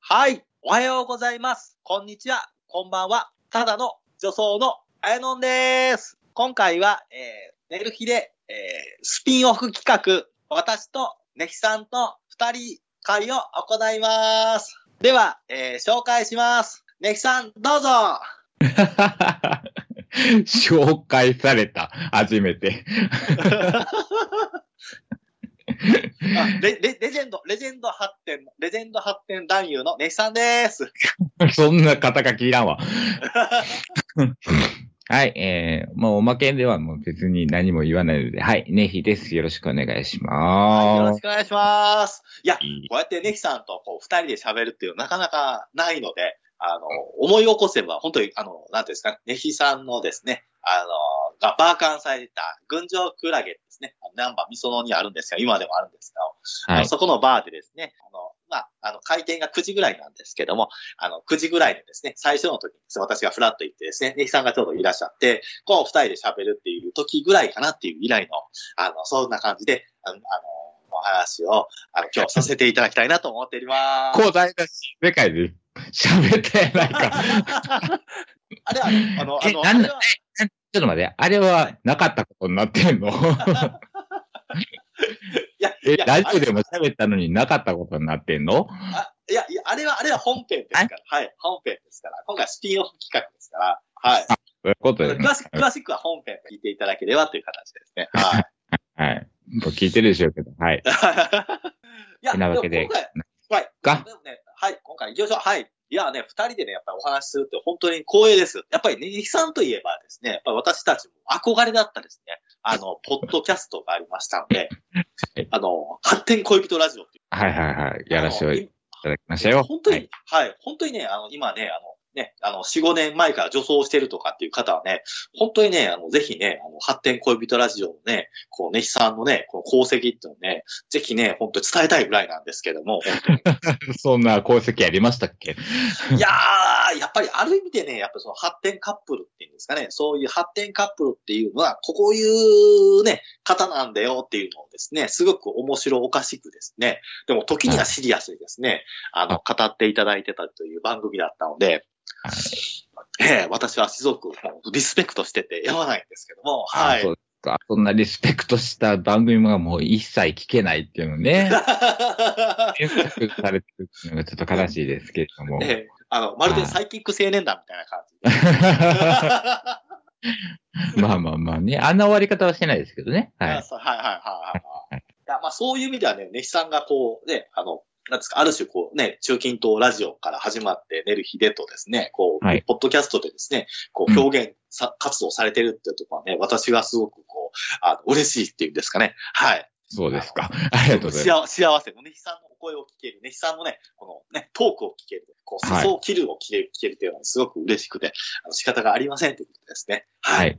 はい。おはようございます。こんにちは。こんばんは。ただの女装のあやのんです。今回は、えー、寝る日で、えー、スピンオフ企画、私とねひさんと二人会を行います。では、えー、紹介します。ねひさん、どうぞ。 紹介された、初めて。 あレレレジェンド、レジェンド発展、レジェンド発展男優のねひさんです。そんな肩書きいらんわ。 はい、えー、もうおまけではもう別に何も言わないので、はい、ネヒです。よろしくお願いしはい、よまろすし。くお願いします。いいこうやってネヒさんとこう二人で喋るっていうなかなかないので、あの、思い起こせば本当に、あの、なんていうんですかね、ネヒさんのですね、あの、がバーカンされた群青クラゲですね、ナンバーミソノにあるんですが、今でもあるんですが、はいそこのバーでですね、あの、まあ、あの、開店が9時ぐらいなんですけども、あの、9時ぐらいのですね、最初の時にですね私がフラッと行ってですね、ネヒさんがちょうどいらっしゃって、こう、二人で喋るっていう時ぐらいかなっていう以来の、あの、そんな感じで、あの、あのお話を、あの、今日させていただきたいなと思っております。広大な世界で喋ったやないか。 あれは、あの、あえの、なんだあれは ちょっと待って、あれはなかったことになってんの いや、え、いやラジオでも喋ったのになかったことになってんのあいや、いや、あれは、あれは本編ですから。はい、本編ですから。今回スピンオフ企画ですから。はい。そういうことでね。詳しく、詳しくは本編聞いていただければという形ですね。はい。はい。もう聞いてるでしょうけど、はい。い やてなわけでも今回はい。が、でもね、はい、今回行きましょう。はい。いやね、二人でね、やっぱりお話しするって本当に光栄です。やっぱりね、ネヒさんといえばですね、やっぱり私たちも憧れだったですね、あ の、ポッドキャストがありましたのではい、あの、発展恋人ラジオっていはいはいはい。う。やらせあのていただきましたよ。本当に、ははいい、本当にね、あの、今ね、あの、ね、あの、4、5年前から女装をしてるとかっていう方はね、本当にね、あの、ぜひね、あの、発展恋人ラジオのね、こう、ネヒさんのね、この功績っていうのをね、ぜひね、本当に伝えたいぐらいなんですけども、本当に。 そんな功績ありましたっけいやー、やっぱりある意味でね、やっぱその発展カップルっていうんですかね、そういう発展カップルっていうのは、こういうね、方なんだよっていうのをですね、すごく面白おかしくですね、でも時にはシリアスにですね、あの、語っていただいてたという番組だったので、はいええ私はすごくもうリスペクトしててやまないんですけども、はあいそ。うかそんなリスペクトした番組がもう一切聞けないっていうのね。 検索されてるっていうのがちょっと悲しいですけれども。 ええあの、まるでサイキック青年団みたいな感じで。 まあまあまあね。あんな終わり方はしてないですけどね。はあい。そうはいはいはいはいはい。いやまあそういう意味ではね、ネヒさんがこう、ね、あの、なんですか、ある種こうね、中近東ラジオから始まって、寝る日でとですね、こう、はいポッドキャストでですね、こううん表現さ、活動されてるっていうところはね、私がすごくこう、あの、嬉しいっていうんですかね。はい。そうですか。ありがとうございます。幸幸せのね、ネヒさんのお声を聞ける、ネヒさんのね、このね、トークを聞ける、こう、はい裾を切るを聞ける、聞けるっていうのはすごく嬉しくて、あの仕方がありませんということですね。ははい。い。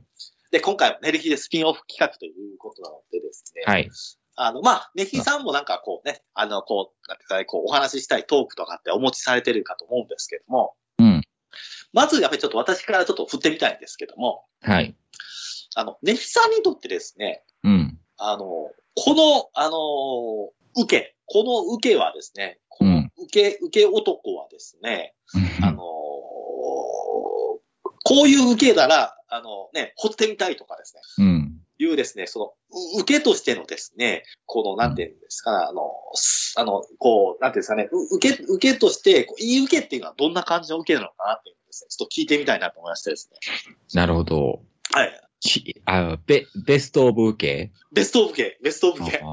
で、今回は寝る日でスピンオフ企画ということなのでですね、はい。あの、まあ、ネヒさんもなんかこうね、あの、こう、なんていうかね、こう、お話ししたいトークとかってお持ちされてるかと思うんですけども、うん。まずやっぱりちょっと私からちょっと振ってみたいんですけども、はい。あの、ネヒさんにとってですね、うん。あの、この、あの、受け、この受けはですね、こうのん受け、受け男はですね、あの、こういう受けなら、あのね、掘ってみたいとかですね、うん。いうですね、その、う受けとしてのですね、この、なんていうんですか、あの、すあの、こう、なんていうんですかね、う受け、受けとして、こういい受けっていうのはどんな感じの受けなのかなっていうのをですね、ちょっと聞いてみたいなと思いましてですね。なるほど。はい。きあベベストオブ受けベストオブ受け、ベストオブ受け。あ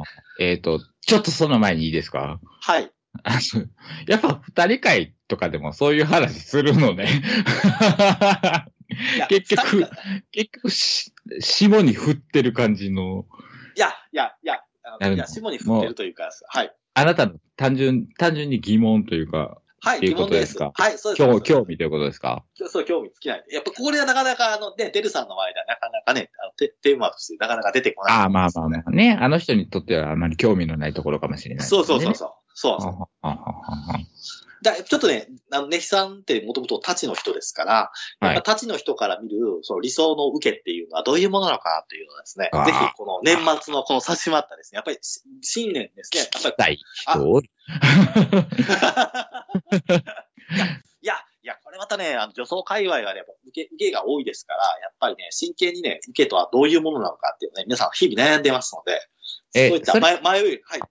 えっ、と、ちょっとその前にいいですかはい。あの やっぱ二人会とかでもそういう話するのね。 いや結局二人が結局し、霜に降ってる感じの、いや、いや、いや、あなのるいや、下に振ってるというか、はい。あなたの単純、単純に疑問というか、はい、ってい疑うこ問とでですす。かはい、そうです。興そう興です味ということですかそう、興味尽きない。やっぱこれはなかなか、あの、ね、デルさんの前ではなかなかね、あのテテーマとしてなかなか出てこない。ああ、まあまあまあね。あの人にとってはあまり興味のないところかもしれない、そうそうそうそそう。そうう。ははははだちょっとね、あの、ネヒさんってもともと太刀の人ですから、はいやっぱ太刀の人から見る、その理想の受けっていうのはどういうものなのかというのはですねあー、ぜひこの年末のこの差しまったですね、やっぱりし新年ですね、やっぱたい人り、いや、いや、これまたね、あの、女装界隈はね、やっぱ受け、受けが多いですから、やっぱりね、真剣にね、受けとはどういうものなのかっていうね、皆さん日々悩んでますので、えそういったそれ迷迷い、はい。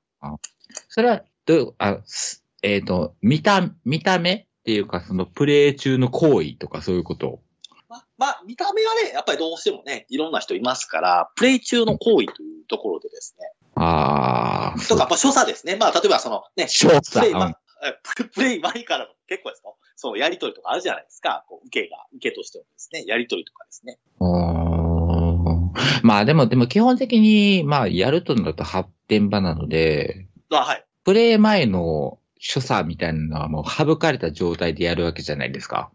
それは、どういう、あ、すえっ、と、見た、見た目っていうか、そのプレイ中の行為とかそういうことままあ、見た目はね、やっぱりどうしてもね、いろんな人いますから、プレイ中の行為というところでですね、ああ、とか、まあ、所作ですね。まあ、例えばそのね、所プ作レイ、うんまえププレイ前からの結構ですよ。そう、やりとりとかあるじゃないですか。こう受けが、受けとしてもですね、やりとりとかですね。うーんまあでも、でも基本的に、まあやるとなると発展場なので、あはい。プレイ前の所作みたいなのはもう省かれた状態でやるわけじゃないですか。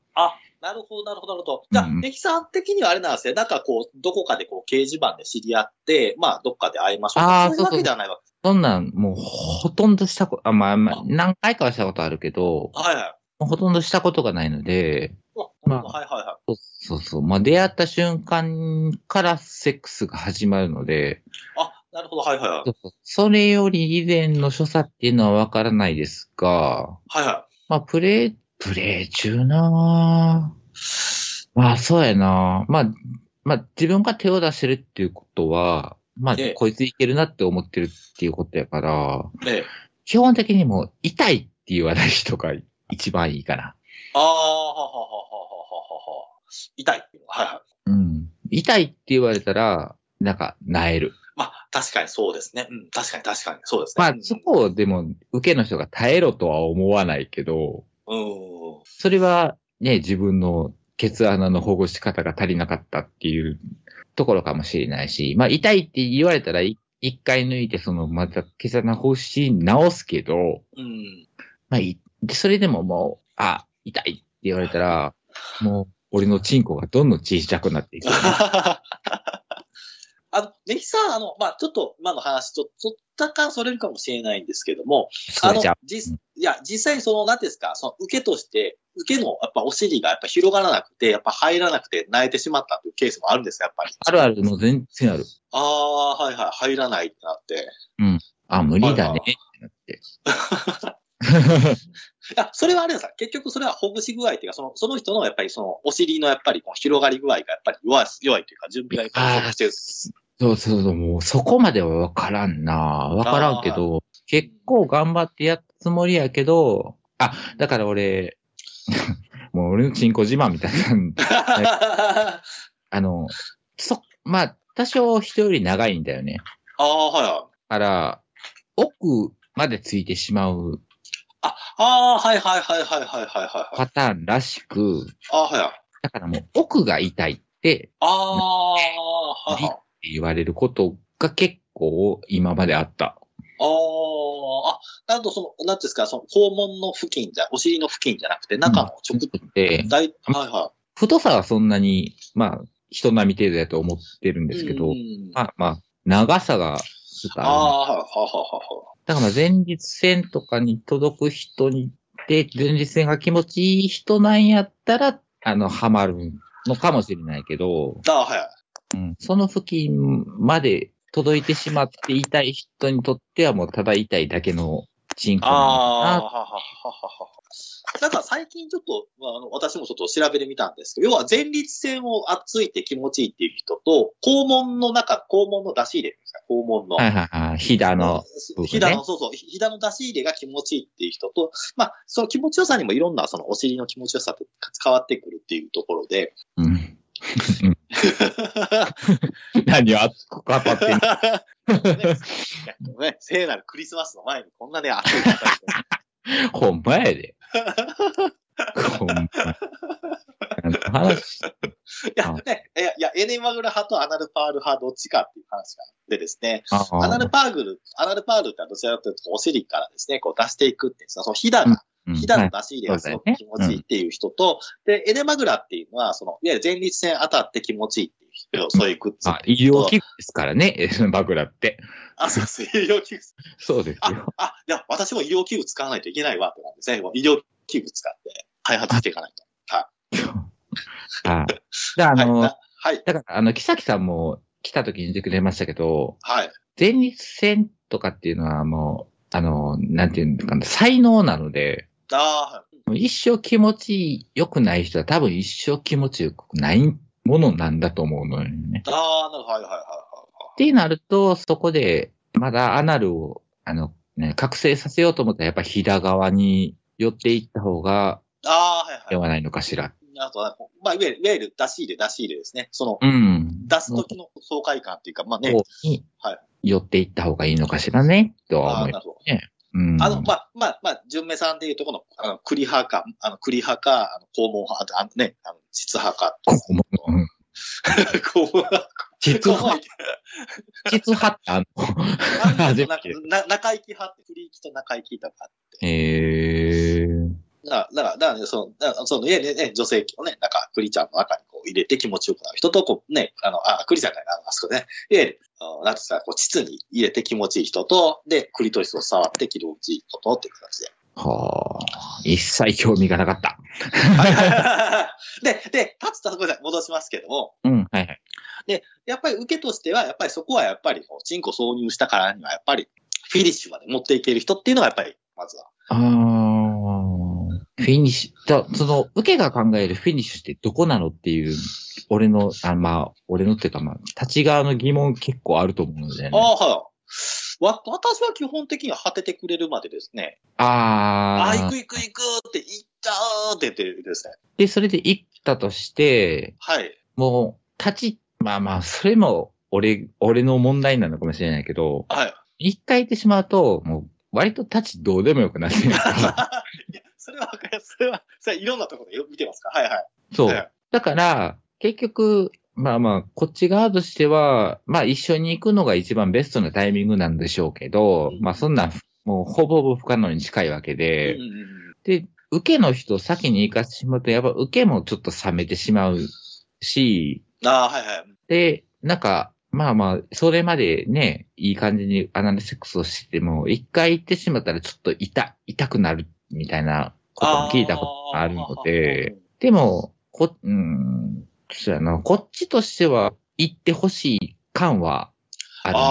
なるほど、なるほど、なるほど。じゃあ、うんネキさん的にはあれなんですね。なんかこう、どこかでこう、掲示板で知り合って、まあ、どっかで会いましょう。そういうあーわそうそけうではないわけです。そんなん、もうほとんどしたこと、あまあ、まああ、何回かはしたことあるけど、はいはい。もうほとんどしたことがないので、あなるほどまはいはいはい。そうそうそう、まあ出会った瞬間からセックスが始まるので、あ、なるほど、はいはいはい。そうそうそれより以前の所作っていうのはわからないですが、はいはまあ、プレイ、プレイ中なぁまあ、そうやなぁまあ、まあ、自分が手を出してるっていうことは、まあええ、こいついけるなって思ってるっていうことやから、い。ね基本的にもう痛いって言わない人が一番いいかな。ああ、はははははははは。痛いっていうのは。はいはい。うん。痛いって言われたら、なんか、なえる。まあ、確かにそうですね。うん、確かに確かにそうですね。まあ、そこをでも、受けの人が耐えろとは思わないけど、うん。うん。それはね、自分の血穴の保護し方が足りなかったっていうところかもしれないし、まあ痛いって言われたらい一回抜いて、そのまた血穴保護し直すけど、うん。まあいそれでももう、あ、痛いって言われたら、もう俺のチンコがどんどん小さくなっていく。 あの、ネヒさん、あの、まあ、ちょっと今の話、ちょちょっと若干それるかもしれないんですけども、そあれのじゃあ、、実、いや、実際にその、なんていうんですか、その、受けとして、受けの、やっぱお尻がやっぱ広がらなくて、やっぱ入らなくて泣いてしまったというケースもあるんですかやっぱり。あるあるもう全然ある。ああ、はいはい、入らないってなって。あ、無理だね。あ、それはあれですか結局それはほぐし具合っていうか、その、その人のやっぱりその、お尻のやっぱりこう広がり具合がやっぱり弱い、弱いというか、準備がやっぱり不足してる。そうそうそう、もうそこまではわからんな。わからんけど、結構頑張ってやったつもりやけど、あ、だから俺、 もう俺のチンコ自慢みたい な、ああの、そ、まあ、多少人より長いんだよね。あ、はいはい。だから、奥までついてしまうあ、ああ、はいはいはいはいはいはいはい。パターンらしく、ああ、はいはい。だからもう奥が痛いってああ、はいはい。言われることが結構今まであった。ああ、あ、なんとその、なんていうんですか、その、肛門の付近じゃ、お尻の付近じゃなくて、中の直、で、大、はいは太さはそんなに、まあ、人並み程度だと思ってるんい。ですけど、うんまあまあ、長さが、ちょっとあああ、はいはいはるだから前立腺とかに届く人に、で、前立腺が気持ちいい人なんやったら、あの、ハマるのかもしれないけど、いはい。ああ、はいはい。うん、その付近まで届いてしまって痛い人にとってはもうただ痛いだけの人口ああ、ははなははは。なんか最近ちょっと、まああの、私もちょっと調べてみたんですけど、要は前立腺を熱いて気持ちいいっていう人と、肛門の中、肛門の出し入れですか、肛門の。はいはいはい。ひだの、そ部分ねひだの、そうそう、ひひだの出し入れが気持ちいいっていう人と、まあ、その気持ちよさにもいろんな、そのお尻の気持ちよさって変わってくるっていうところで、 うん。何を熱く語ってんのねね聖なるクリスマスの前にこんなね、熱い語りほんまやで。 ほんま。何の話いや、ね、いや、いや、エネマグラ派とアナルパール派どっちかっていう話があってですね、あアナルパーグル、アナルパールってのはどちらかというと、お尻からですね、こう出していくっていうんですか、そのひだが、うんひだはのい出し入れがすごく気持ちいいっていう人と、で、エネマグラっていうのは、その、いわゆる前立腺当たって気持ちいいっていう人、そういうグッズ。あ、医療器具ですからね、 えバグラって。あ、そうです。医療器具。そうですよ。あ、いや、私も医療器具使わないといけないわ、ってなんですね。医療器具使って開発していかないと。はい。だからあはい。の、なはい。だから、あの、木崎さんも来た時に言ってくれましたけど、はい。前日戦とかっていうのはもう、あの、なんていうんですかね、才能なので、あー一生気持ち良くない人は多分一生気持ち良くないものなんだと思うのよね。あー、なるほど。はいはいはいってなると、そこで、まだアナルを、あの、ね、覚醒させようと思ったら、やっぱ飛騨側に寄っていった方が、ああ、はいはいで。はないのかしら。あとは、まあ、いわゆる、いわゆる出し入れ、出し入れですね。その、うん。出す時の爽快感っていうか、まあね方、にはい寄っていった方がいいのかしらね、とはああー、思いなまるほど。す。うんあの、まあ、まあ、まあ、純明さんでいうとこの、あの、栗派か、あの、栗派か、あの、肛門派、あと、あのね、あの、膣派かと。ここも、うん。肛門派。実肛門は、派。実はってあの、初めなて。な中行き派って、フリーキと中行きとか。えー、だから、だから、だからね、その、だからその、いやね、ね、女性器をね、なんか、栗ちゃんの中にこう入れて気持ちよくなる人と、こうね、あの、あ、栗ちゃんが、あのあそこね、いわゆる、あのなんていうんですか、こう、膣に入れて気持ちいい人と、で、栗とリスを触って気持ちいい人とっていう形で。はあ、一切興味がなかった。で、で、立つと、ごめんなさい、戻しますけども、うん、はいはい。やっぱり受けとしては、やっぱりそこはやっぱり、こうチンコ挿入したからには、やっぱり、フィニッシュまで持っていける人っていうのが、やっぱり、まずは。あーフィニッシュ、だその、受けが考えるフィニッシュってどこなのっていう、俺の、あまあ、俺のっていうかまあ、立ち側の疑問結構あると思うんだあよね。あ、はい。わ、私は基本的には果ててくれるまでですね、ああー、行あく行く行くって行っちゃうって言ってですね。で、それで行ったとして、はい。もう、立ち、まあまあ、それも、俺、俺の問題なのかもしれないけど、はい。一回行ってしまうと、もう、割と立ちどうでもよくなって るから。いや、それはわかります。それは、それはいろんなところでよく見てますから。はいはい。そ。はいうだから、結局、まあまあ、こっち側としては、まあ一緒に行くのが一番ベストなタイミングなんでしょうけど、うんまあそんなん、もうほぼほぼ不可能に近いわけうんで、うんうんで、受けの人先に行かせてしまうと、やっぱ受けもちょっと冷めてしまうし、ああ、はいはい。で、なんか、まあまあ、それまでね、いい感じにアナルセックスをしても、一回行ってしまったらちょっと痛、痛くなるみたいなことも聞いたことがあるので、でも、こ、うーん、そうやな、こっちとしては行ってほしい感はああー。るな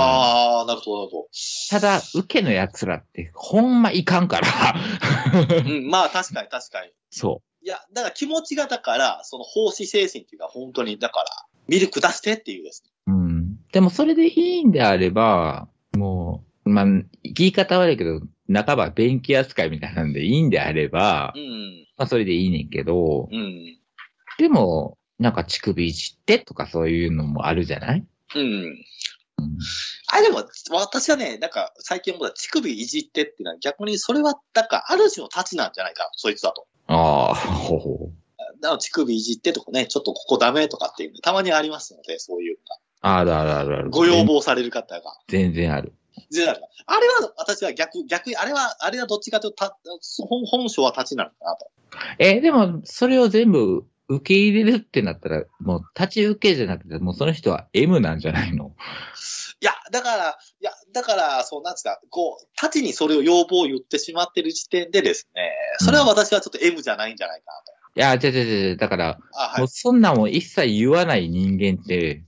あーなるほど、なるほただ、受けの奴らって、ほんまいかんから。 ど。うん、まあ確かに確かに。そいや、だから気持ちが、だから、その奉仕精神っていうか、本当に、だから、ミルク出してっていうですね。う。うん。でも、それでいいんであれば、もう、まあ、言い方悪いけど、半ば便器扱いみたいなんでいいんであればう、ん、まあ、それでいいねんけど、うん、でも、なんか乳首いじってとかそういうのもあるじゃないうん。うんあ、でも、私はね、なんか、最近思った乳首いじってっていうのは、逆にそれは、なんか、ある種の立ちなんじゃないか、そいつだと。ああ、ほほ。なの乳首いじってとかね、ちょっとここダメとかっていうの、たまにありますので、そういうのあるあるあるある。が。ご要望される方が。全然ある。でなんかあれは、私は逆、逆に、あれは、あれはどっちかというと、た本本性は立ちなのかなと。え、でも、それを全部受け入れるってなったら、もう立ち受けじゃなくて、もうその人は M なんじゃないのいや、だから、いや、だから、そうなんですか、こう、立ちにそれを要望を言ってしまってる時点でですね、それは私はちょっと M じゃないんじゃないかいや、違う違う違う違う。だから、なと。あ、はいも。うそんなんを一切言わない人間って、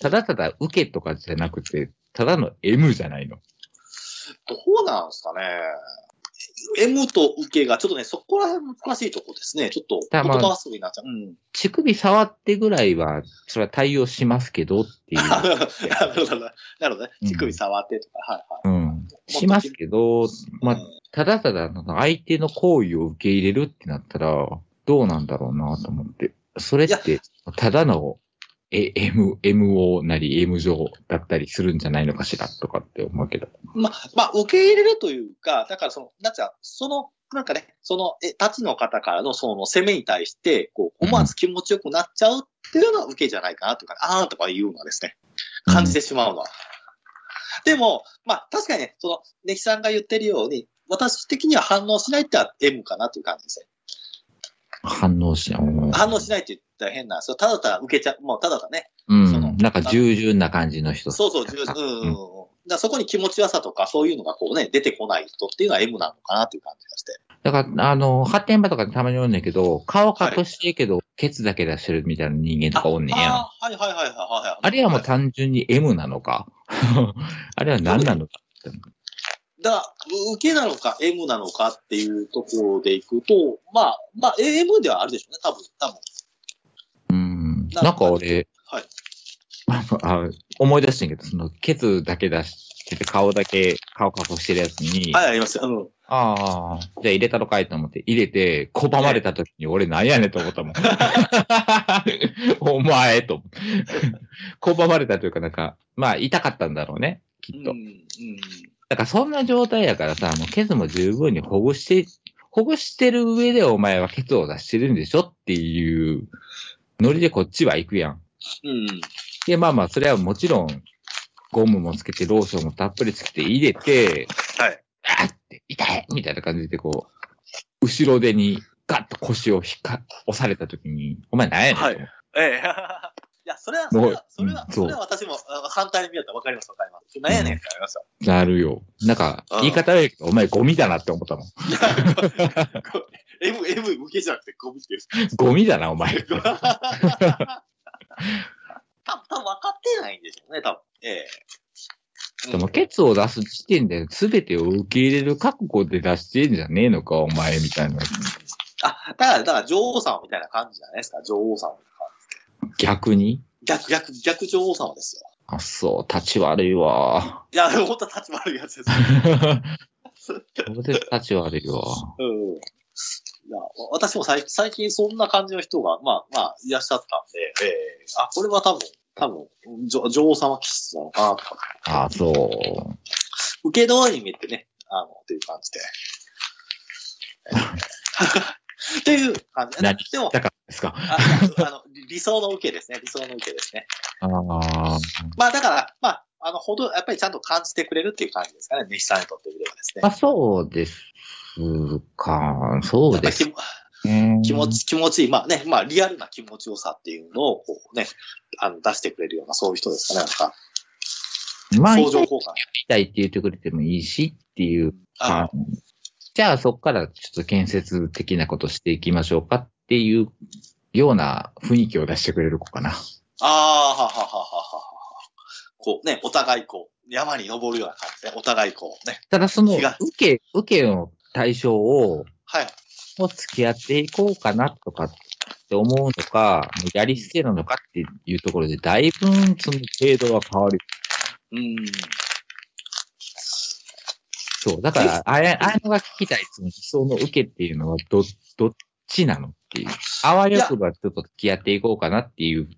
ただただ受けとかじゃなくて、ただの M じゃないの。どうなんですかね。M と受けが、ちょっとね、そこら辺難しいとこですね。ちょっと、だ言まあ葉遊びになっちゃう。うん。乳首触ってぐらいは、それは対応しますけどってい なう。るほど。なるほどね。うん乳首触ってとか、はいはい。うん。しますけど、まうあ、んただただその相手の行為を受け入れるってなったら、どうなんだろうなと思って。それって、ただの、え、M、MO なり M 上だったりするんじゃないのかしらとかって思うけど。まあ、まあ、受け入れるというか、だからその、なんつうか、その、なんかね、その、え、立ちの方からのその攻めに対して、こう、思わず気持ちよくなっちゃうっていうのは受けじゃないかなというか、あーんとかいうのはですね、感じてしまうのは。でも、まあ、確かにね、その、ネキさんが言ってるように、私的には反応しないってのは M かなという感じですね。反応しない。反応しないって言ったら変なんですよ。ただただ受けちゃう、もうただただね、うそのん。なんか従順な感じの人。そうそう、重要ですうんうんうん。だからそこに気持ちよさとか、そういうのがこうね、出てこない人っていうのは M なのかなっていう感じがして。だから、あの、発展場とかでたまにおんねんけど、顔隠してるけど、ケツだけ出してるみたいな人間とかおんねんやん。あーはいはいはいはいはい。あれはもうい単純に M なのか。 あれは何なのか。だから、受けなのか M なのかっていうところでいくと、まあ、まあ、M ではあるでしょうね、多分、多分。うん。ななんか俺、はい。あのあ思い出してんけど、その、ケツだけ出してて、顔だけ、顔隠してるやつに、はい、ありますよ。うん。ああ、じゃあ入れたのかいと思って、入れて、拒まれた時に俺なんやねんと思 ったもん。お前と思って。拒まれたというかなんか、まあ痛かったんだろうね、きっとう。ん。だからそんな状態やからさ、もうケツも十分に保護して、保護してる上でお前はケツを出してるんでしょっていうノリでこっちは行くやん。うん。うん。で、まあまあ、それはもちろん、ゴムもつけて、ローションもたっぷりつけて入れて、はい。あーって、痛いみたいな感じでこう、後ろ手にガッと腰を引っか、押された時に、お前何やねんと思って。ええ。 いや、それは、そもれうは、それはう、んそそうれは私もあ反対に見よったらわかります、わかります。なんやねんってなりますよ。なるよ。なんかうん、言い方悪いけど、お前ゴミだなって思ったもん。 M、M 受けじゃなくてゴミっていう。ゴミだな、お前。多分、多分分かってないんでしょうね、多分。ええ。でも、ケツを出す時点で全てを受け入れる覚悟で出してんじゃねえのか、お前、みたいな。あ、だから、だから女王様みたいな感じじゃないですか、女王様。逆に逆、逆、逆女王様ですよ。あ、そう、立ち悪 いわ。いや、本当は立場悪いやつで す。そうで立ち悪いわ。うん。いや、私も最最近そんな感じの人が、まあまあ、いらっしゃったんで、ええあ、これは多分、多分、女女王様気質なのかなとか。あ、そう。受け止めに見ってね、あの、という感じで。ええ っていう感じ。何でも、だからですか。ああの 理理想の受けですね。理想の受けですね。ああ。まあだから、まあ、あの、ほど、やっぱりちゃんと感じてくれるっていう感じですかね。西さんにとってみればですね。まあ、そうですか。そうですやっぱね。り気持。ち、気持ちいい、まあね、まあリアルな気持ちよさっていうのを、こうね、あの、出してくれるような、そういう人ですかね。なまあ、んか、相乗行き効果。たいって言ってくれてもいいしっていうあか。じゃあ、そこからちょっと建設的なことしていきましょうかっていうような雰囲気を出してくれる子かな。あー、はははははは。こうね、お互いこう、山に登るような感じで、お互いこうね。ただ、その、違う受け、受けの対象を、はい。もう付き合っていこうかなとかって思うのか、もうやり捨てるのかっていうところで、だいぶんその程度は変わる。うん。そう。だから、あや、あやのが聞きたい、その理想の受けっていうのは、ど、どっちなのっていう。あわよくばちょっと付き合っていこうかなっていう。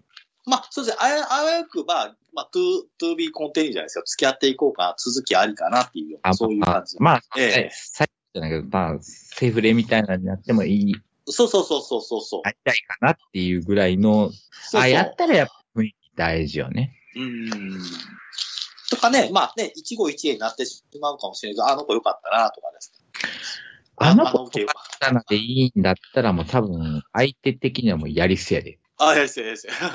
まあ、そうですね。あや、あわよくば、まあ、to, to be continue じゃないですか。付き合っていこうかな、続きありかなっていうようあな、そういうま感あじ、。まあ、ええ最初じゃないけど、まあ、セフレみたいなのになってもいい、そうそうそうそうそうそう。会いたいかなっていうぐらいの、そうそうあ、やったらやっぱ雰囲気大事よね。うんとかね、まあね、一期一会になってしまうかもしれないけど、あの子良かったなとかですね。あの子受けよかっなのでいいんだったらもう多分、相手的にはもうやり捨てやで。た。あ、やりすて、や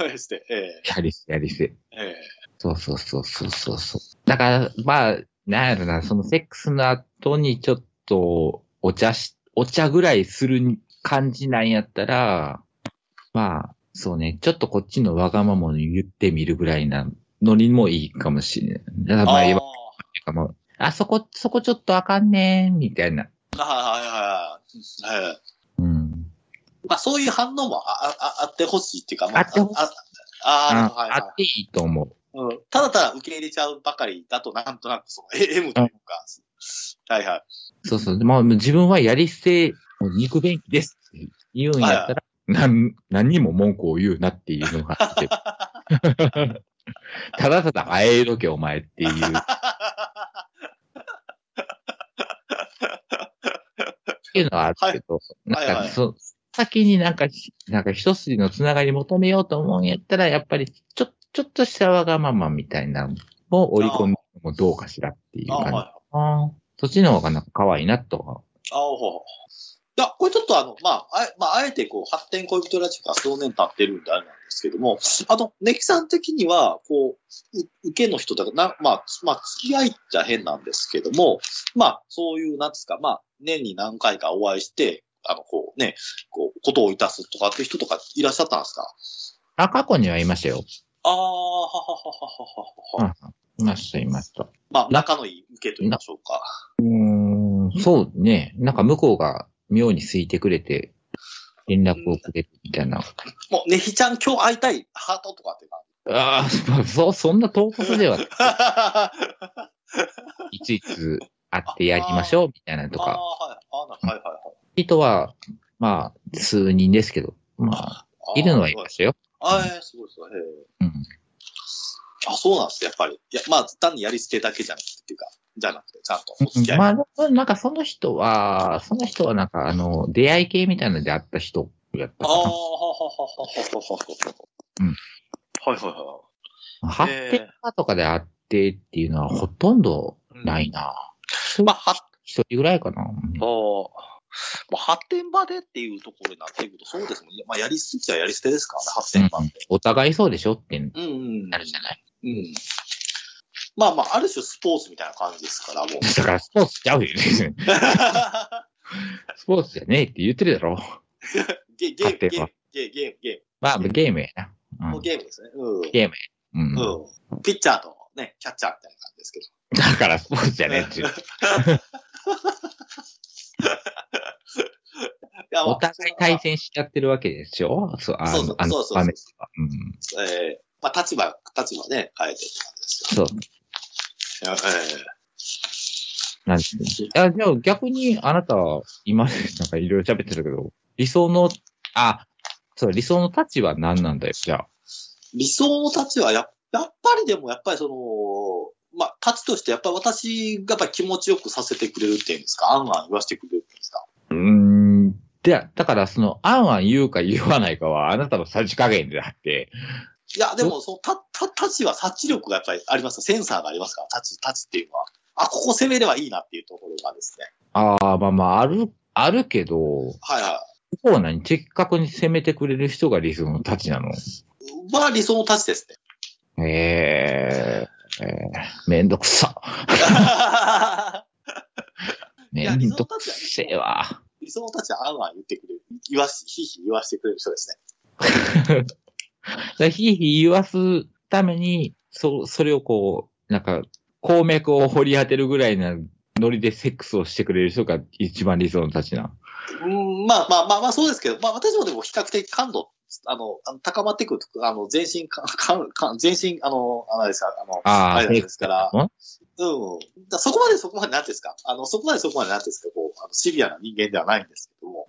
りすて、 やりすて、えやり捨て、やり捨て。え、えそうそうそうそうそうそう。だから、まあ、なんやろな、そのセックスの後にちょっとお茶し、お茶ぐらいする感じなんやったら、まあ、そうね、ちょっとこっちのわがままを言ってみるぐらいなノリもいいかもしれない。だかえ。あらまあ、ー言わんかも。あ、そこ、そこちょっとあかんねみたいな。はいはいはいはい。はいうん。まあそういう反応もあああってほしいっていうか、まあ、あってほしいあああ、はいあはっていいと思う。い、うん。ただただ受け入れちゃうばかりだと、なんとなくそのえ M というか、はいはい。そうそう。まあ、自分はやり捨て、もう肉便器ですって言うんやったら、なん、何にも文句を言うなっていうのが あって。ただただ会えどけお前っていう。っていうのはあるけど、はいなはんいはかいそ、先になんかし、なんか一筋のつながり求めようと思うんやったら、やっぱりちょ、ちょっとしたわがままみたいなのを織り込むのもどうかしらっていうあはい感じはい。かな。そっちの方がなんか可愛いなとはああ、ほう。いや、これちょっとあの、まあ、あえ、まあ、あえてこう、発展恋人ラジオが数年経ってるんであれなんですけども、あの、ネキさん的には、こう、う受けの人だから、な、まあ、つまあ、付き合いっちゃ変なんですけども、まあ、そういう、なんですか、まあ、年に何回かお会いして、あの、こうね、こう、ことをいたすとかっていう人とかいらっしゃったんですかあ、過去にはいましたよ。ああ、ははははははは。いました、いました。まあ、仲のいい受けと言いましょうか。うーん、そうね。なんか向こうが妙に空いてくれて、連絡をくれるみたいな。もう、ねひちゃん今日会いたいハートとかって ああ、 そ、そんな唐突では、な。いついつ会ってやりましょうみたいなのとあか。あ、はい。あなはいはいはい人は、まあ、数人ですけど、まあ、あー。いるのはいすごましたよ。あーすごいすごい。へーうん。あ、そうなんですねやっぱり。いや、まあ、単にやり捨てだけじゃなくて、っていうか、じゃなくて、ちゃんとお付き合い。まあ、なんかその人は、その人はなんかあの、出会い系みたいなので会った人やったあかあ、ははははは。うん。はいはいはな。発展家とかで会ってっていうのはほとんどないな。い。まあ、は、一人ぐらいかな。おまあ、発展場でっていうところになっていくと、そうですもんね。まあ、やり捨てちゃやり捨てですからね、発うん展場って。お互いそうでしょってうん、うん。なるじゃない。うん。まあまあ、ある種スポーツみたいな感じですから、もう。だからスポーツちゃうよね。 スポーツじゃねえって言ってるだろ。ゲゲーム、ゲーム、ゲーム、ゲーム、ゲまあ、ゲームやな。ーム。もうんう、ゲームですね。うん。ゲームや。うん。うん。ピッチャーとね、キャッチャーみたいな感じですけど。だからスポーツじゃねえっていう。いやまあお互い対戦しちゃってるわけでしょそう、あそうそうの、あのそうそうそう場面は。うん。えーまあ、立場、立場ね、変えてって感じですそう。けど。えなんですねいや、じゃあ逆にあなたは今までなんかいろいろ喋ってたけど、理想の、あ、そう、理想の立場は何なんだよ、じゃーあ。理想の立場はや、やっぱりでも、やっぱりその、まあ、立ちとして、やっぱり私がやっぱり気持ちよくさせてくれるっていうんですか、あんあん言わせてくれるっていうんですか。うーん。で、だからその、あんあん言うか言わないかはあなたのさじ加減であって、いや、でも、その、た、た、たちは察知力がやっぱりあります。センサーがありますから、たち、たちっていうのは。あ、ここ攻めればいいなっていうところがですね。ああ、まあまあ、ある、あるけど、こはいはこは何的確に攻めてくれる人が理想の立ちなのい。まあ、理想のたちですね。えええー、めんどくさ。いめやんどくせえわ。理想のたちはあんあん言ってくれる。言わし、ひいひい言わしてくれる人ですね。だからひいひい言わすために、そ、それをこう、なんか、鉱脈を掘り当てるぐらいなノリでセックスをしてくれる人が一番理想の立ちな。うん、まあまあまあまあそうですけど、まあ私もでも比較的感度、あの、あの高まってくると、あの、全身、かかか全身、あの、あのあれですか、あの、ああ、あれなんセッでクスすから、んうん。だそこまでそこまでなんていうんですか、あの、そこまでそこまでなんていうんですか、こう、あのシビアな人間ではないんですけども、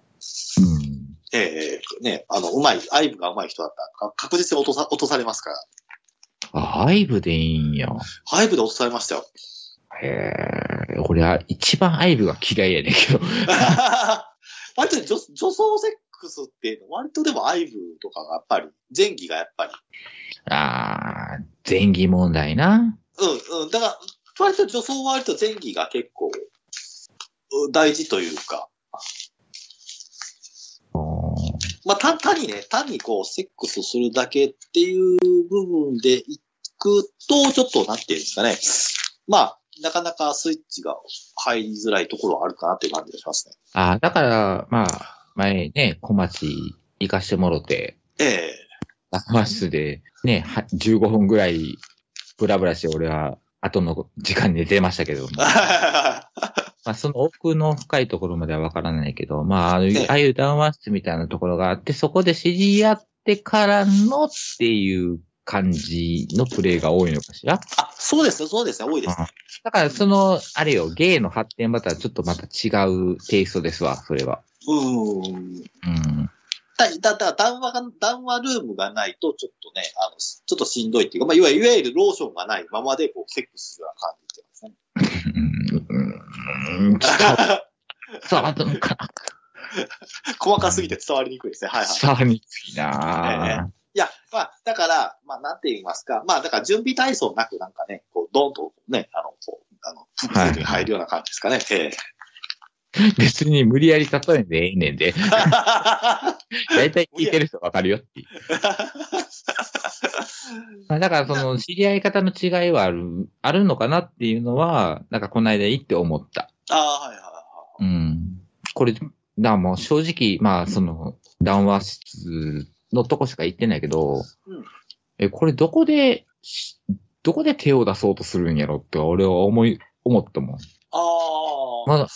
うん。ええね、あの、うまい、アイブがうまい人だったら、か確実に落とさ、落とされますから。あ、アイブでいいんや。アイブで落とされましたよ。へえ、俺は一番アイブが嫌いやねんけど。 割と女、女装セックスっていうのは、割とでもアイブとかがやっぱり、前儀がやっぱり、ああ、前儀問題な。うんうん。だから、割と女装は割と前儀が結構、うん大事というか、おーまあ、単単にね、単にこう、セックスするだけっていう部分でいくと、ちょっと、なんていうんですかね。まあ、なかなかスイッチが入りづらいところはあるかなっていう感じがしますね。ああ、だから、まあ、前ね、小町行かしてもろて、ええ。ダマスで、ね、は15分ぐらい、ブラブラして、俺は、後の時間に寝てましたけどもはまあ、その奥の深いところまではわからないけど、まあ、あのええああいう談話室みたいなところがあって、そこで知り合ってからのっていう感じのプレイが多いのかしらあ、そうですね、そうですね、多いですね。だから、その、あれよ、ゲイの発展またちょっとまた違うテイストですわ、それは。うん。うん。だ、だ、だ、談話が、談話ルームがないと、ちょっとね、あの、ちょっとしんどいっていうか、まあ、いわゆる、いわゆるローションがないままで、こう、セックスするような感じってますね。うん。うん。伝わ伝わったのかな細かすぎて伝わりにくいですね。はいはい。伝わりにくいなぁ。いや、まあ、だから、まあ、なんて言いますか、まあ、だから準備体操なくなんかね、こう、ドンとね、あの、こう、あの、プップッと入るような感じですかね。ええ 別に無理やり例えんでええねんで。だいたい聞いてる人わかるよっていう。まあだからその知り合い方の違いはある、あるのかなっていうのは、なんかこの間行って思った。ああ、はいはいはいはい。うん。これ、だからもう正直、まあ、その、談話室のとこしか行ってないけど、うんえ、これどこでし、どこで手を出そうとするんやろって俺は思い、思ったもん。ああ。まだ、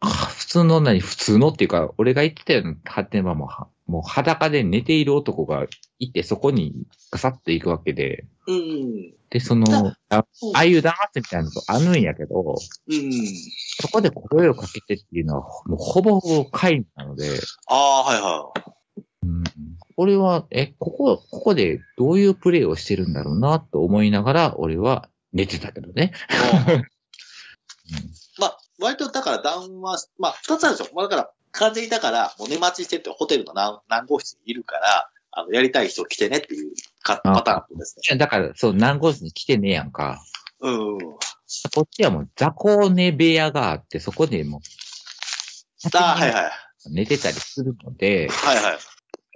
あ普通の何、普通のっていうか、俺が言ってたような発展場も、はもう裸で寝ている男がいて、そこにガサッと行くわけで、うん。で、その、あそうああいう弾圧みたいなのとあるんやけど、うん。そこで声をかけてっていうのは、もうほぼほぼ皆無なので、ああー、はいはい。うん俺は、え、ここ、ここでどういうプレイをしてるんだろうなと思いながら、俺は寝てたけどね。 まあ、割とだから談話し、まあ、二つあるでしょ。まあ、だから、完全にだから、もう寝待ちしてて、ホテルの何何号室にいるから、あの、やりたい人来てねっていうかあパターンですね。だから、そう、南郷室に来てねえやんか。うん。こっちはもう雑魚寝部屋があって、そこでもああ、はいはい。う寝てたりするので、はいはい。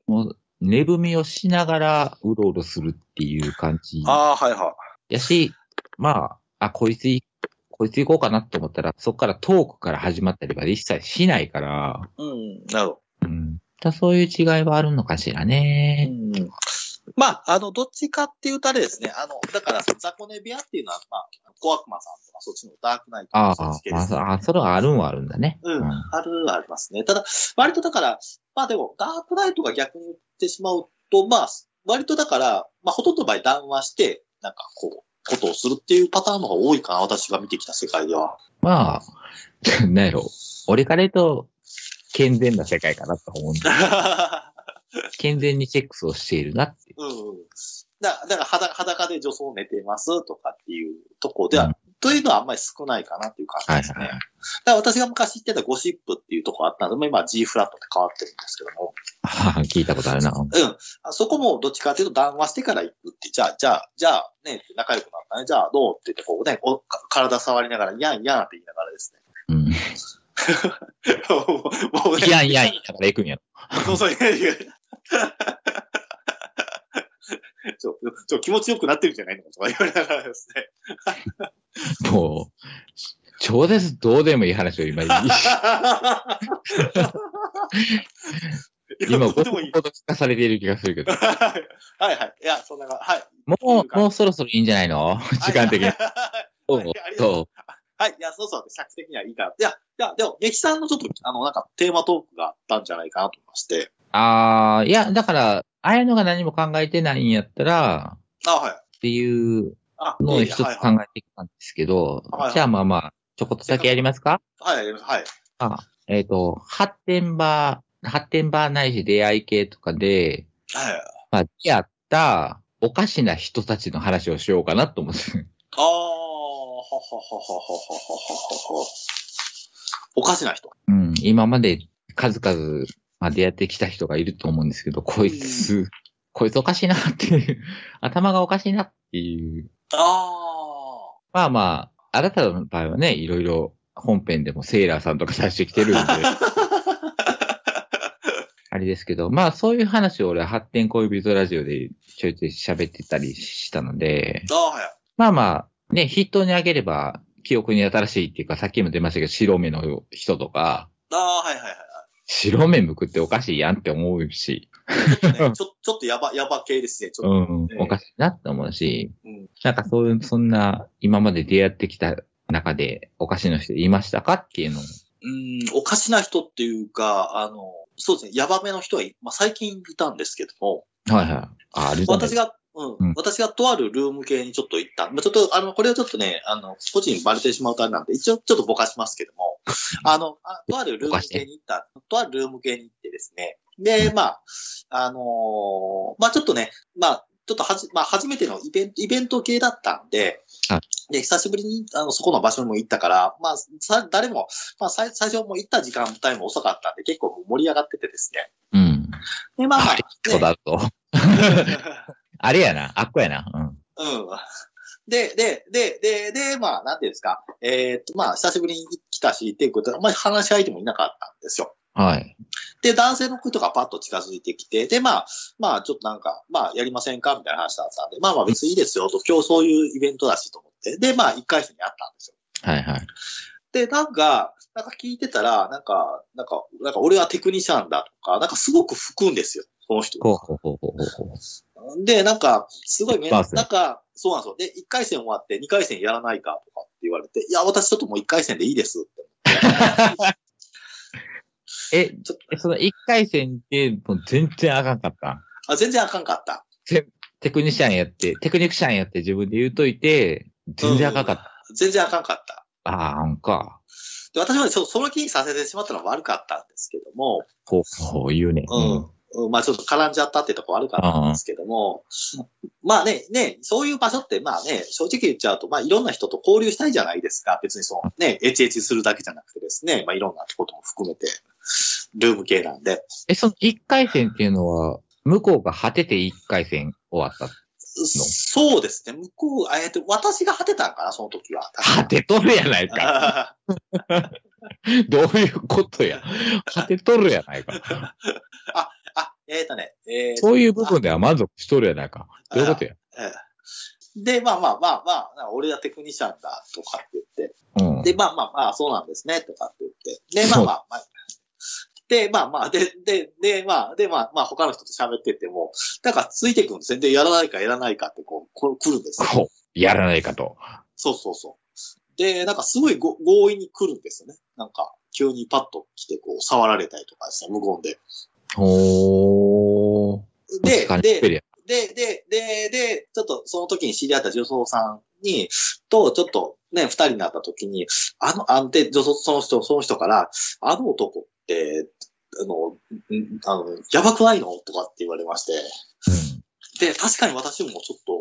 もう寝踏みをしながらうろうろするっていう感じああ、はいはい。やし、まあ、あ、こいつい、こいつ行こうかなと思ったら、そこからトークから始まったりは一切しないから、うん、なるほど。うん。だそういう違いはあるのかしらね。うんまあ、あの、どっちかっていうとあれですね。あの、だから、雑魚寝部屋っていうのは、まあ、小悪魔さんとか、そっちのダークナイトとあか、あそっち、系でますねあ、あ、それはあるんはあるんだね。うん、あるはありますね。ただ、割とだから、まあでも、ダークナイトが逆に言ってしまうと、まあ、割とだから、まあ、ほとんどの場合談話して、なんかこう、ことをするっていうパターンの方が多いかな、私が見てきた世界で は。まあ、なんやろ。俺から言うと、健全な世界かなと思うんだ。健全にセックスをしているなって。うん。だだから裸、裸で女装寝てますとかっていうとこでは、うんというのはあんまり少ないかなっていう感じですね。はいはいはだから私が昔言ってたゴシップっていうとこあったので、今は G フラットって変わってるんですけども。ああ聞いたことあるな。うん。あそこもどっちかというと談話してから行くって、じゃあ、じゃあ、じゃあ、ね、仲良くなったね、じゃあどうって言って、こうね、おか体触りながら、やんやんって言いながらですね。 うん。もうもうねいやいや、だから行くんやろ。 そうそう、いやいや。ちょちょ気持ちよくなってるんじゃないのとか言われながらです ね。もう、超絶どうでもいい話 を今、今、いやどごうとでもいい。ごと聞かされている気がす るけど。はいはい。いや、そんなが、はい。もう、もうそろそろいいんじゃないの時間的 にはい。そはういありがとうそはい。いや、そうそう。尺的にはいいから。いや、いや、でも、劇さんのちょっと、あの、なんか、テーマトークがあったんじゃないかなと思いまして。う。ああ、いや、だから、あやのが何も考えてないんやったら、あ、はい。っていうあ、のをいい一つ考はえいはい。てきたんですけど、はいはいじゃあまあまあ、ちょこっとだけやりますかはい、はい。あえっ、と、発展場、発展場ないし出会い系とかで、はい。まあ、出会ったおかしな人たちの話をしようかなと思って。 あー、はははははははは。おかしな人。うん、今まで数々、まあ、出会ってきた人がいると思うんですけど、こいつ、こいつおかしいなっていう、頭がおかしいなっていう。あまあまあ、あなたの場合はね、いろいろ本編でもセーラーさんとか出してきてるんで。あれですけど、まあそういう話を俺は発展恋人ラジオでちょいちょい喋ってたりしたので、ー。あー、はい。まあまあ、ね、筆頭にあげれば、記憶に新しいっていうか、さっきも出ましたけど、白目の人とか、あー、はい、はい、はい。白目向くっておかしいやんって思うし、ちょっと ね、ちょちょっとやば、やば系ですね。ちうょっん、おかしいなって思うし、と。うん。なんかそういう、そんな、今まで出会ってきた中で、おかしな人いましたかっていうのを、うん、おかしな人っていうか、あの、そうですね、ヤバめの人はい、まあ、最近いたんですけども、はいはい。あ、あれだね私が、うん、うん私がとあるルーム系にちょっと行った。まあ、ちょっと、あの、これはちょっとね、あの、個人にバレてしまうとあれなんで、一応ちょっとぼかしますけども、あの、あとあるルーム系に行った、とあるルーム系に行ってですね、で、まあ、あのーまあちょっとね、まあちょっとはじ、まあ初めてのイベント、イベント系だったんで、はで、久しぶりに、あの、そこの場所にも行ったから、まあ、さ、誰も、まあ、最最初もう行った時間帯も遅かったんで、結構もう盛り上がっててですね。うん。で、まあまあ、そうだと。ねあれやな、あっこやな。うん。うん。で、で、で、で、で、まあ、なんていうんですか。えーっと、まあ、久しぶりに来たし、っていうことで、あんまり話し相手もいなかったんですよ。はい。で、男性の人がパッと近づいてきて、で、まあ、まあ、ちょっとなんか、まあ、やりませんかみたいな話だったんで、まあまあ、別にいいですよ、と、今日そういうイベントだしと思って、で、まあ、一回戦に会ったんですよ。はいはい。で、なんか、なんか聞いてたら、なんか、なんか、なんか俺はテクニシャンだとか、なんかすごく吹くんですよ、その人。ほうほうほうほうほう。で、なんか、すごいめん、バなースんか、そうなんですよ。で、1回戦終わって2回戦やらないかとかって言われて、いや、私ちょっともう1回戦でいいですって。えちょっ、えその一回戦って、もう全然あかんかった。あ、全然あかんかった。テクニシャンやって、テクニクシャンやって自分で言うといて、全然あかんかった。全然あかんかった。ああ、なんか、で、私はそその気にさせてしまったのは悪かったんですけども、こう、こう言うね。うん。うんまあちょっと絡んじゃったってとこ悪かったんですけども、まあね、ね、そういう場所ってまあね、正直言っちゃうと、まあいろんな人と交流したいじゃないですか。別にそのね、エチエチするだけじゃなくてですね、まあいろんなことも含めて、ルーム系なんで。え、その一回戦っていうのは、向こうが果てて一回戦終わった。そうですね、向こう、あえっと、私が果てたんかな、その時は。果てとるやな いか。どういうことや。果てとるやないか。あ、えっ、とね、えーとそういう部分では満足しとるやないか。どういうことや。で、まあまあまあまあ、なんか俺はテクニシャンだとかって言って、うん。で、まあまあまあ、そうなんですね、とかって言って。で、まあまあ、まあ、で、まあまあ、で、で、で、まあ、で、まあ、まあ、他の人と喋ってても、なんかついてくるんですね。で、やらないかやらないかって、こう、こう来るんですよ。こう、やらないかと。そうそうそう。で、なんかすごいご強引に来るんですよね。なんか、急にパッと来て、こう、触られたりとかですね、無言で。ほー。で確か、にで、やで、で、で、で、ちょっとその時に知り合った女装さんに、と、ちょっとね、二人になった時に、あの、あんで、女装、その人、その人から、あの男って、あの、んあの、やばくないのとかって言われまして。で、確かに私もちょっと、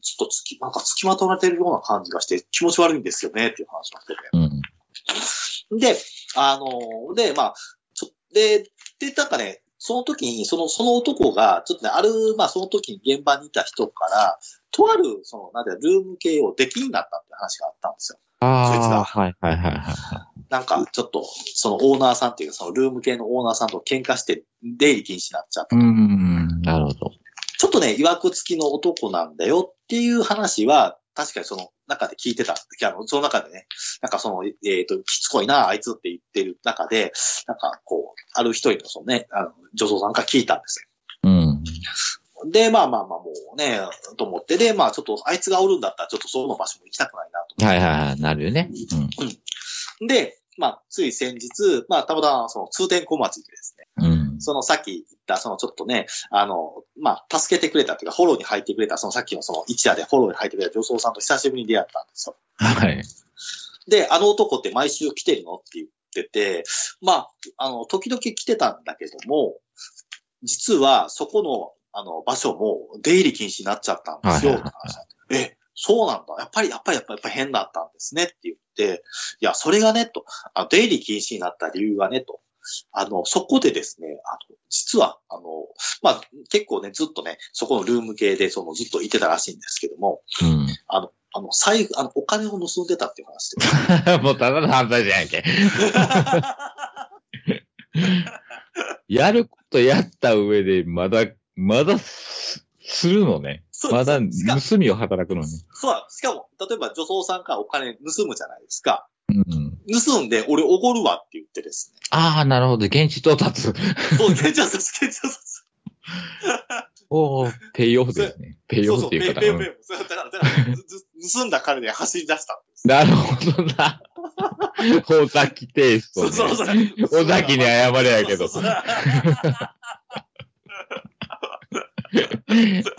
ちょっとつき、なんかつきまとわれてるような感じがして気持ち悪いんですよね、っていう話をしてて。うん。うん。で、あの、で、まあ、ちょ、で、で、なんかね、その時に、その、その男が、ちょっとね、ある、まあ、その時に現場にいた人から、とある、その、なんていうのルーム系を出禁になったって話があったんですよ。そいつあだあ、はいはいはいはなんか、ちょっと、そのオーナーさんっていうか、そのルーム系のオーナーさんと喧嘩して、出入り禁止になっちゃった。い。うん、なるほど。ちょっとね、いわくつきの男なんだよっていう話は、確かにその中で聞いてた。あのその中でね、なんかその、えっ、と、きつこいな、あいつって言ってる中で、なんかこう、ある一人のそのね、あの女装さんから聞いたんですうん。よ。で、まあまあまあ、もうね、と思って、で、まあちょっと、あいつがおるんだったら、ちょっとその場所も行きたくないなと。はいはいはい、なるよね。で、まあ、つい先日、まあ、たまたまその通天小町でですね、うん。うん。そのさっき言った、そのちょっとね、あの、まあ、助けてくれたっていうか、フォローに入ってくれた、そのさっきのその一夜でフォローに入ってくれた女装さんと久しぶりに出会ったんですよ。はい。で、あの男って毎週来てるのって言ってて、まあ、あの、時々来てたんだけども、実はそこの、あの、場所も出入り禁止になっちゃったんですよ、はいって話なんでえ、そうなんだ。やっぱり、やっぱり、やっぱりやっぱ変だったんですねって言って、いや、それがね、と、あの出入り禁止になった理由がね、と。あの、そこでですね、あの、実は、あの、まあ、結構ね、ずっとね、そこのルーム系で、その、ずっといてたらしいんですけども、うん。あの、あの、財布、あの、お金を盗んでたっていう話で。 もうただの犯罪じゃんけ。やることやった上で、まだ、まだす、するのね。そうまだしか盗みを働くのね。そうなんですしかも、例えば女装さんからお金盗むじゃないですか。うん。盗んで、俺おごるわって言ってですね。ああ、なるほど。現地到 達。 そう、現状です、現状です。おお、ペイオフですね。ペイそオうそフう、っていうペ方イペイペイ。そうだから、だから、ずず盗んだ金で走り出したんです。なるほどな。 尾崎テイスト、そね。うそうそう。 尾崎に謝れやけど。そうそうそう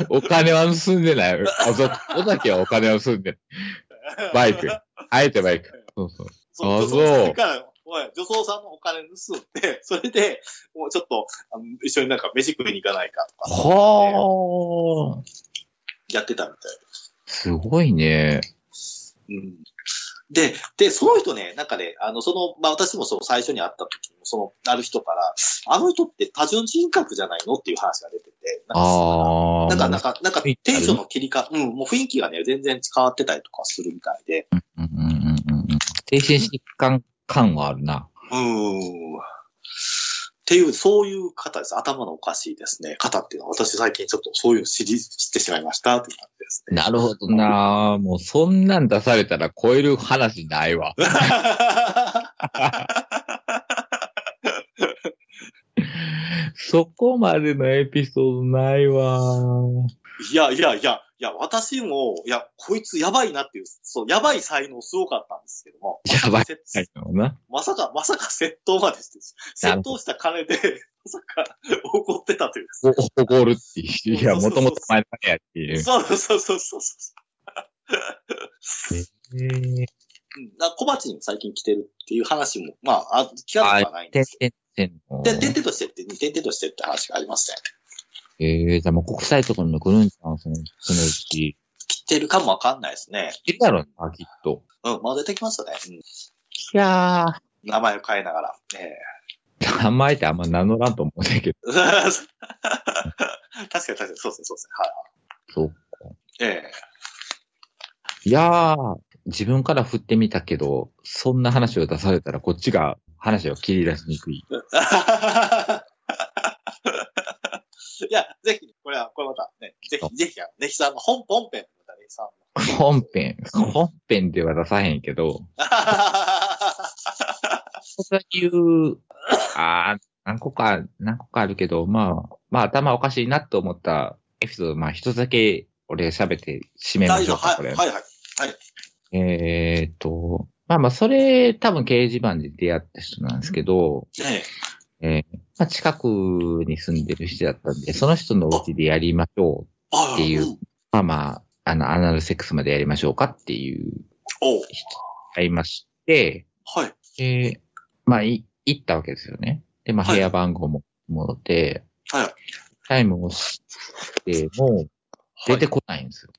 お金は盗んでない。あそ尾崎はお金は盗んでない。バイク。あえてバイク。そうそう。そう、あ女装さそんうから、おい、女装さんのお金盗んで、それで、もうちょっと、あの一緒になんか飯食いに行かないかとか、ほー。やってたみたいですごいね。うんで、で、その人ね、なんかね、あの、その、まあ、私もそう、最初に会った時にも、その、ある人から、あの人って多順人格じゃないのっていう話が出てて、なんか、あー。なんか、なんか、なんか雰囲気テンションの切り替え、うん、もう雰囲気がね、全然変わってたりとかするみたいで、うんうんうんうん。精神疾患感はあるな。うーん。っていう、そういう方です。頭のおかしいですね、方っていうのは、私最近ちょっとそういうの知り、知ってしまいました、っていう感じですね。なるほどな。もうそんなん出されたら超える話ないわ。 そこまでのエピソードないわ。いやいやいや、いや、私も、いや、こいつやばいなっていう、そう、やばい才能すごかったんですけども。やばいせ才能な。まさか、まさか窃盗までして、な窃る盗した金で、まさか怒ってたという。お怒るっていう。いや、もともと前の金やっていう。そうそうそうそうそう。えーうん、だから小鉢にも最近来てるっていう話も、まあ、あ気がつかないんてでんす。てんてんの。で、点々としてって、点々としてって話がありましたね。ええじゃあもう国際とかにも来るんじゃん、その、そのうち。来てるかもわかんないですね。いるだろうな、きっと。うん、まあ出てきますよね。うんいや名前を変えながら。ええ ー。名前ってあんま名乗らんと思うねんだけど。確かに確かに、そうですね、そうですね。はい。そう。ええいやー、自分から振ってみたけど、そんな話を出されたらこっちが話を切り出しにくい。 いや、ぜひ、これは、これまたね、ぜひ、ぜひ、あのネヒさんの本、本編、またネヒさんの。本編、本編では出さへんけど、そういう、あー何個か、何個かあるけど、まあ、まあ頭おかしいなと思ったエピソード、まあ一つだけ俺喋って締めま大し丈ょ夫、うか、はこい、れ。はい、はい。えーっと、まあまあ、それ、多分掲示板で出会った人なんですけど、ええまあ、近くに住んでる人だったんで、その人のお家でやりましょう。あっていうんまあまあ、あの、アナルセックスまでやりましょうかっていう、おうありまして、はい。で、まあ、い、行ったわけですよね。で、まあ、はい部屋番号も戻って、はい。タイムをしても、出てこないんですよ。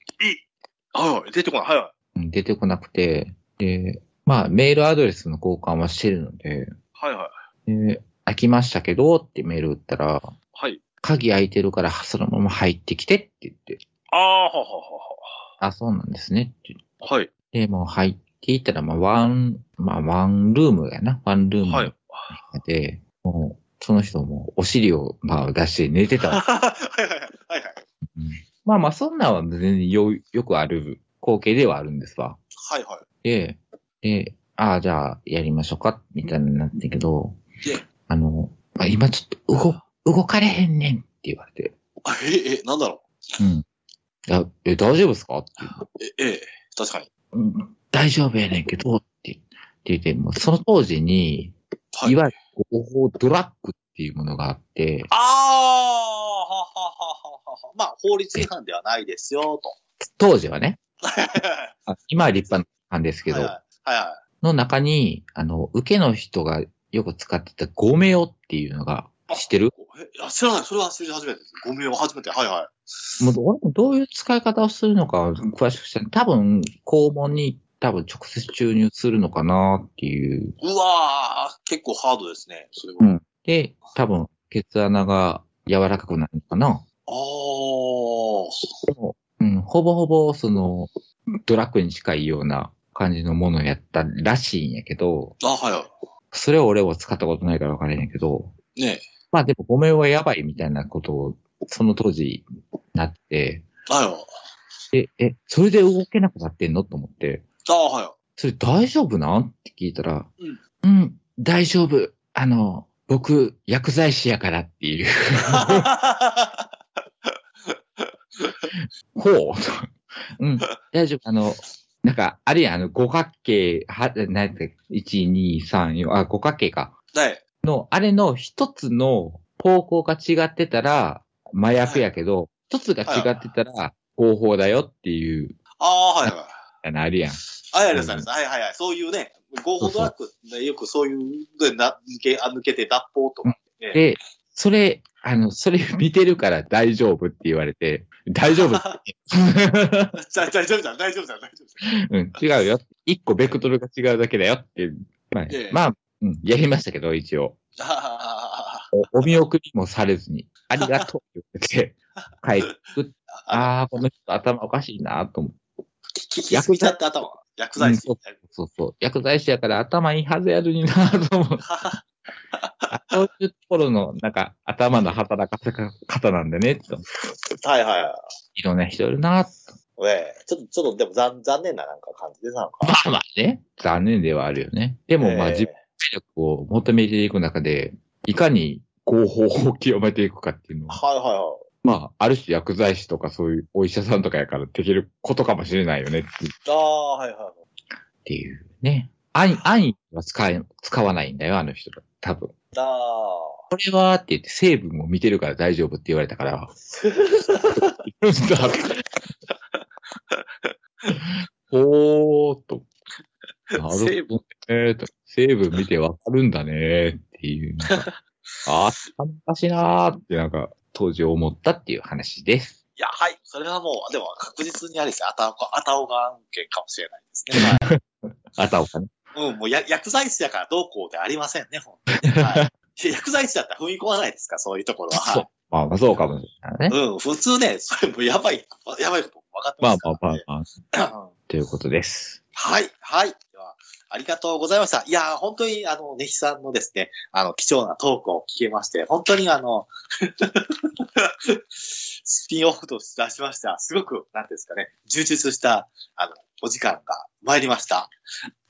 はい、はい、出てこない。はい、はい。うん出てこなくて、で、まあ、メールアドレスの交換はしてるので、はい、はい。で、開きましたけどってメール打ったら、はい。鍵開いてるからそのまま入ってきてって言って、ああ、ははあ、そうなんですねって言っはは。はい。て。で、もう入っていったら、まあ、ワン、まあ、ワンルームやな。ワンルーはいム。で、もう、その人もお尻を、まあ、出して寝て た。はい、はい、はい。はい、まあまあ、そんなんは全然よ、よくある光景ではあるんですわ。はい。はで、で、ああ、じゃあ、やりましょうか、みたいになってんけどええ、あの、あ今ちょっと動、動かれへんねんって言われて。い。え、え、なんだろうん。あえ、大丈夫ですかって言うう。え、ええ、確かに。うん大丈夫やねんけど、ってって言って、もうその当時に、、はいわゆる合法ドラッグっていうものがあって、ああ、ははははは。まあ、法律違反ではないですよ、と。当時はね、はいあ今は立派なんですけど、はいはいはい。の中に、あの、受けの人がよく使ってたゴメオっていうのが、知ってるえあ知らない。それは知り初めてです。ごめん、初めて。はいはい。もう俺もどういう使い方をするのか詳しく知らない。多分、肛門に多分直接注入するのかなっていううわー、結構ハードですね。それは。うんで、多分、血穴が柔らかくなるのかな。あー。うん、ほぼほぼ、その、ドラッグに近いような感じのものをやったらしいんやけど、あ、はいはそれを俺も使ったことないからわからへんやけど、い。ねまあでも、ごめんはやばいみたいなことを、その当時、なって、え。はいはい。え、え、それで動けなくなってんのと思って、あー、はいはい。それ大丈夫なんって聞いたら、うんうん、大丈夫。あの、僕、薬剤師やからっていう。ほう。 うん、大丈夫。あの、なんか、あるやん、あの、五角形、は、なんやったっけ、1、2、3、4、あ、五角形か。 ねの、あれの一つの方向が違ってたら、麻薬やけど、一つが違ってたら、合法だよっていう、あー、はいはい。あのあるやん。あやです、あやです。はいはいはい。そういうね、合法ドラッグでよくそういうのでな抜け、あ抜けて脱法とか。ねで、それ、あの、それ見てるから大丈夫って言われて、大丈夫じゃ大丈夫じゃん、大丈夫じゃん、大丈夫じうん、違うよ。一個ベクトルが違うだけだよって。まあええ、まあうん、やりましたけど、一応。ゃん。 あおお見送りもされずに、ありがと うって言って、帰って、ああ、この人頭おかしいなと思って。聞きすぎちゃって頭。薬剤師みたいな。そうそう。薬剤師やから頭いいはずやるになと思って。そういうところの、なんか、頭の働かせ方なんでね、と。はいはいはい。いろんな人いるなとええ、ちょっと、ちょっと、でも残、残念ななんか感じで、なんか。まあまあね。残念ではあるよね。ででもまあ、ええ自分体力を求めていく中で、いかにこう方法を極めていくかっていうのは、はいはいはい。まあ、ある種薬剤師とかそういうお医者さんとかやからできることかもしれないよねっていうああ、はいはいはい。っていうね。安安易には使え、使わないんだよ、あの人ら。多分。ああ。これはって言って成分を見てるから大丈夫って言われたから。ほーっと。な成るほどねと。成分見てわかるんだねっていう。なんかああ、難しいなーってなんか当時思ったっていう話です。いや、はい。それはもう、でも確実にあれですね。あたおか、あたおか案件かもしれないですね。はいあたおかね。うん、もうや薬剤師だからどうこうでありませんね、本当にね。はいいや薬剤師だったら踏み込まないですか、そういうところは。そうまあまあそうかもしれないね。うん、普通ね、それもやばい、やばいこと分かってままあすかまら、あまね。あまあ、うんということです。はい、はい。ではありがとうございました。いやー、本当に、あの、ネヒさんのですね、あの、貴重なトークを聞けまして、本当にあの、スピンオフとして出しました。すごく、なんていうんですかね、充実した、あの、お時間が参りました。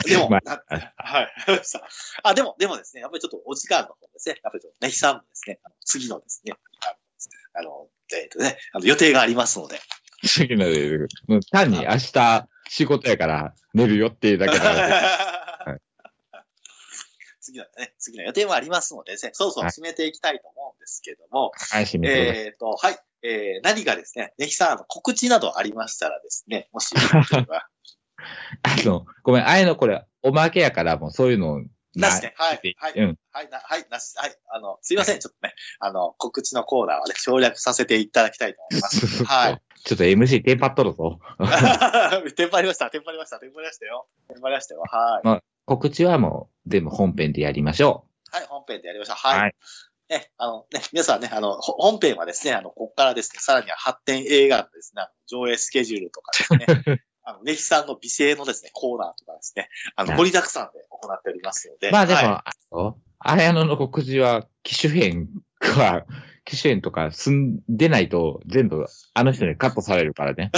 でも、まなはい、参りましたあ、でも、でもですね、やっぱりちょっとお時間の方ですね、やっぱりちょっとネヒさんもですね、あの次のですね、あの、あのえっとね、あの予定がありますので、次ので、もう単に明日仕事やから寝るよっていうだけだから。次のね、次の予定もありますので、ね、そろそろはい締めていきたいと思うんですけども、安心でえっ、と、はい、えー、何がですね、ネヒさん、あの告知などありましたらですね、もしよければ、あの、ごめん、ああいうのこれ、おまけやから、もうそういうの、 なしで、はい、はい、うん。はい、なはい、なし、はい、あの、すいません、ちょっとね、あの、告知のコーナーはね、省略させていただきたいと思い ます。はい。ちょっと MC テンパっとるぞ。テンパりました、テンパりました、テンパりましたよ。テンパりましたよ。はい。告知はもう、全部本編でやりましょはい、本編でやりましょう。う。はい。ね、あのね、皆さんね、あの、ほ本編はですね、あの、ここからですね、さらには発展映画のですね、あの上映スケジュールとかです ね、あの、ネヒさんの美声のですね、コーナーとかですね、あの、はい盛りだくさんで行っておりますので。まあでも、はいあのあやのの告知は、機種編か、 機種編とか済んでないと、全部、あの人にカットされるからね。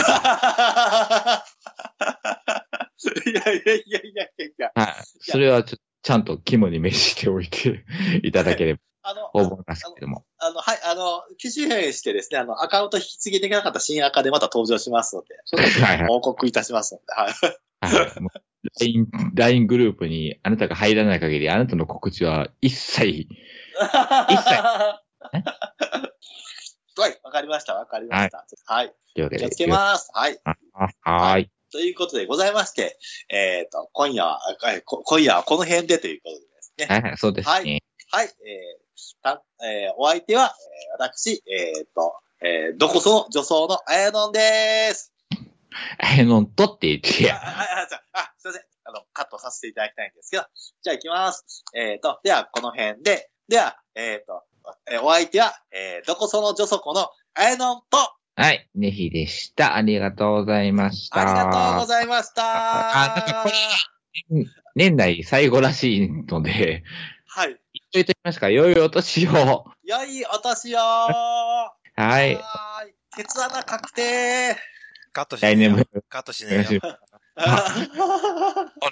い やいやいやいやいやいや。はい。それはちょ、ちゃんと肝に銘じておいて いただければ、あの、応募ますけども。あの、はい、あの、機種変してですね、あの、アカウント引き継ぎできなかった新アカでまた登場しますので、その時はいはい報告いたしますので、はい。はい。もう LINE、LINE グループに、あなたが入らない限り、あなたの告知は一切、 一切はい、わかりました、わかりました。はい、というわけ気をで。つけます。はい。はい。ということでございまして、えっ、と、今夜は、えこ今夜はこの辺でということでですね。はいはい、そうですね。はい、えーたえーお相手は、えー私、えっ、と、えーどこその女装のあやのんです。えのんとって言ってあ、あ、や。あ、じゃああすいません。あの、カットさせていただきたいんですけど。じゃあ行きます。えっ、と、では、この辺で、では、えっ、と、えーお相手は、えーどこその女装子のあやのんと、はい、ねひでした。ありがとうございました。ありがとうございました。あなんかこ年内最後らしいので、はい。言っときますか、良いお年を。良いお年をははい。ーい。鉄穴確定カットしね来え年もよよ。カットしねろえしよく。。あ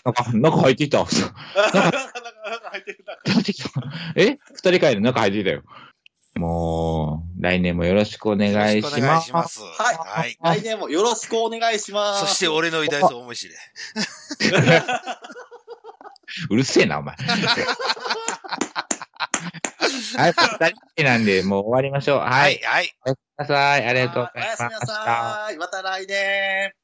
なんか、なんか入ってきた。 入ってる中出てきたえ二人会の中入ってきたよ。もう、来年もよろしくお願いしまよろしす。くお願いします。はいはい。 来年もよろしくお願いします。そして俺の偉大さを思い知れ。 うるせえな、お 前。はい、二人会なんで、もう終わりましょう。ははいい。。はい。ください。ありがとうございまおやすみなした。さい。また来年。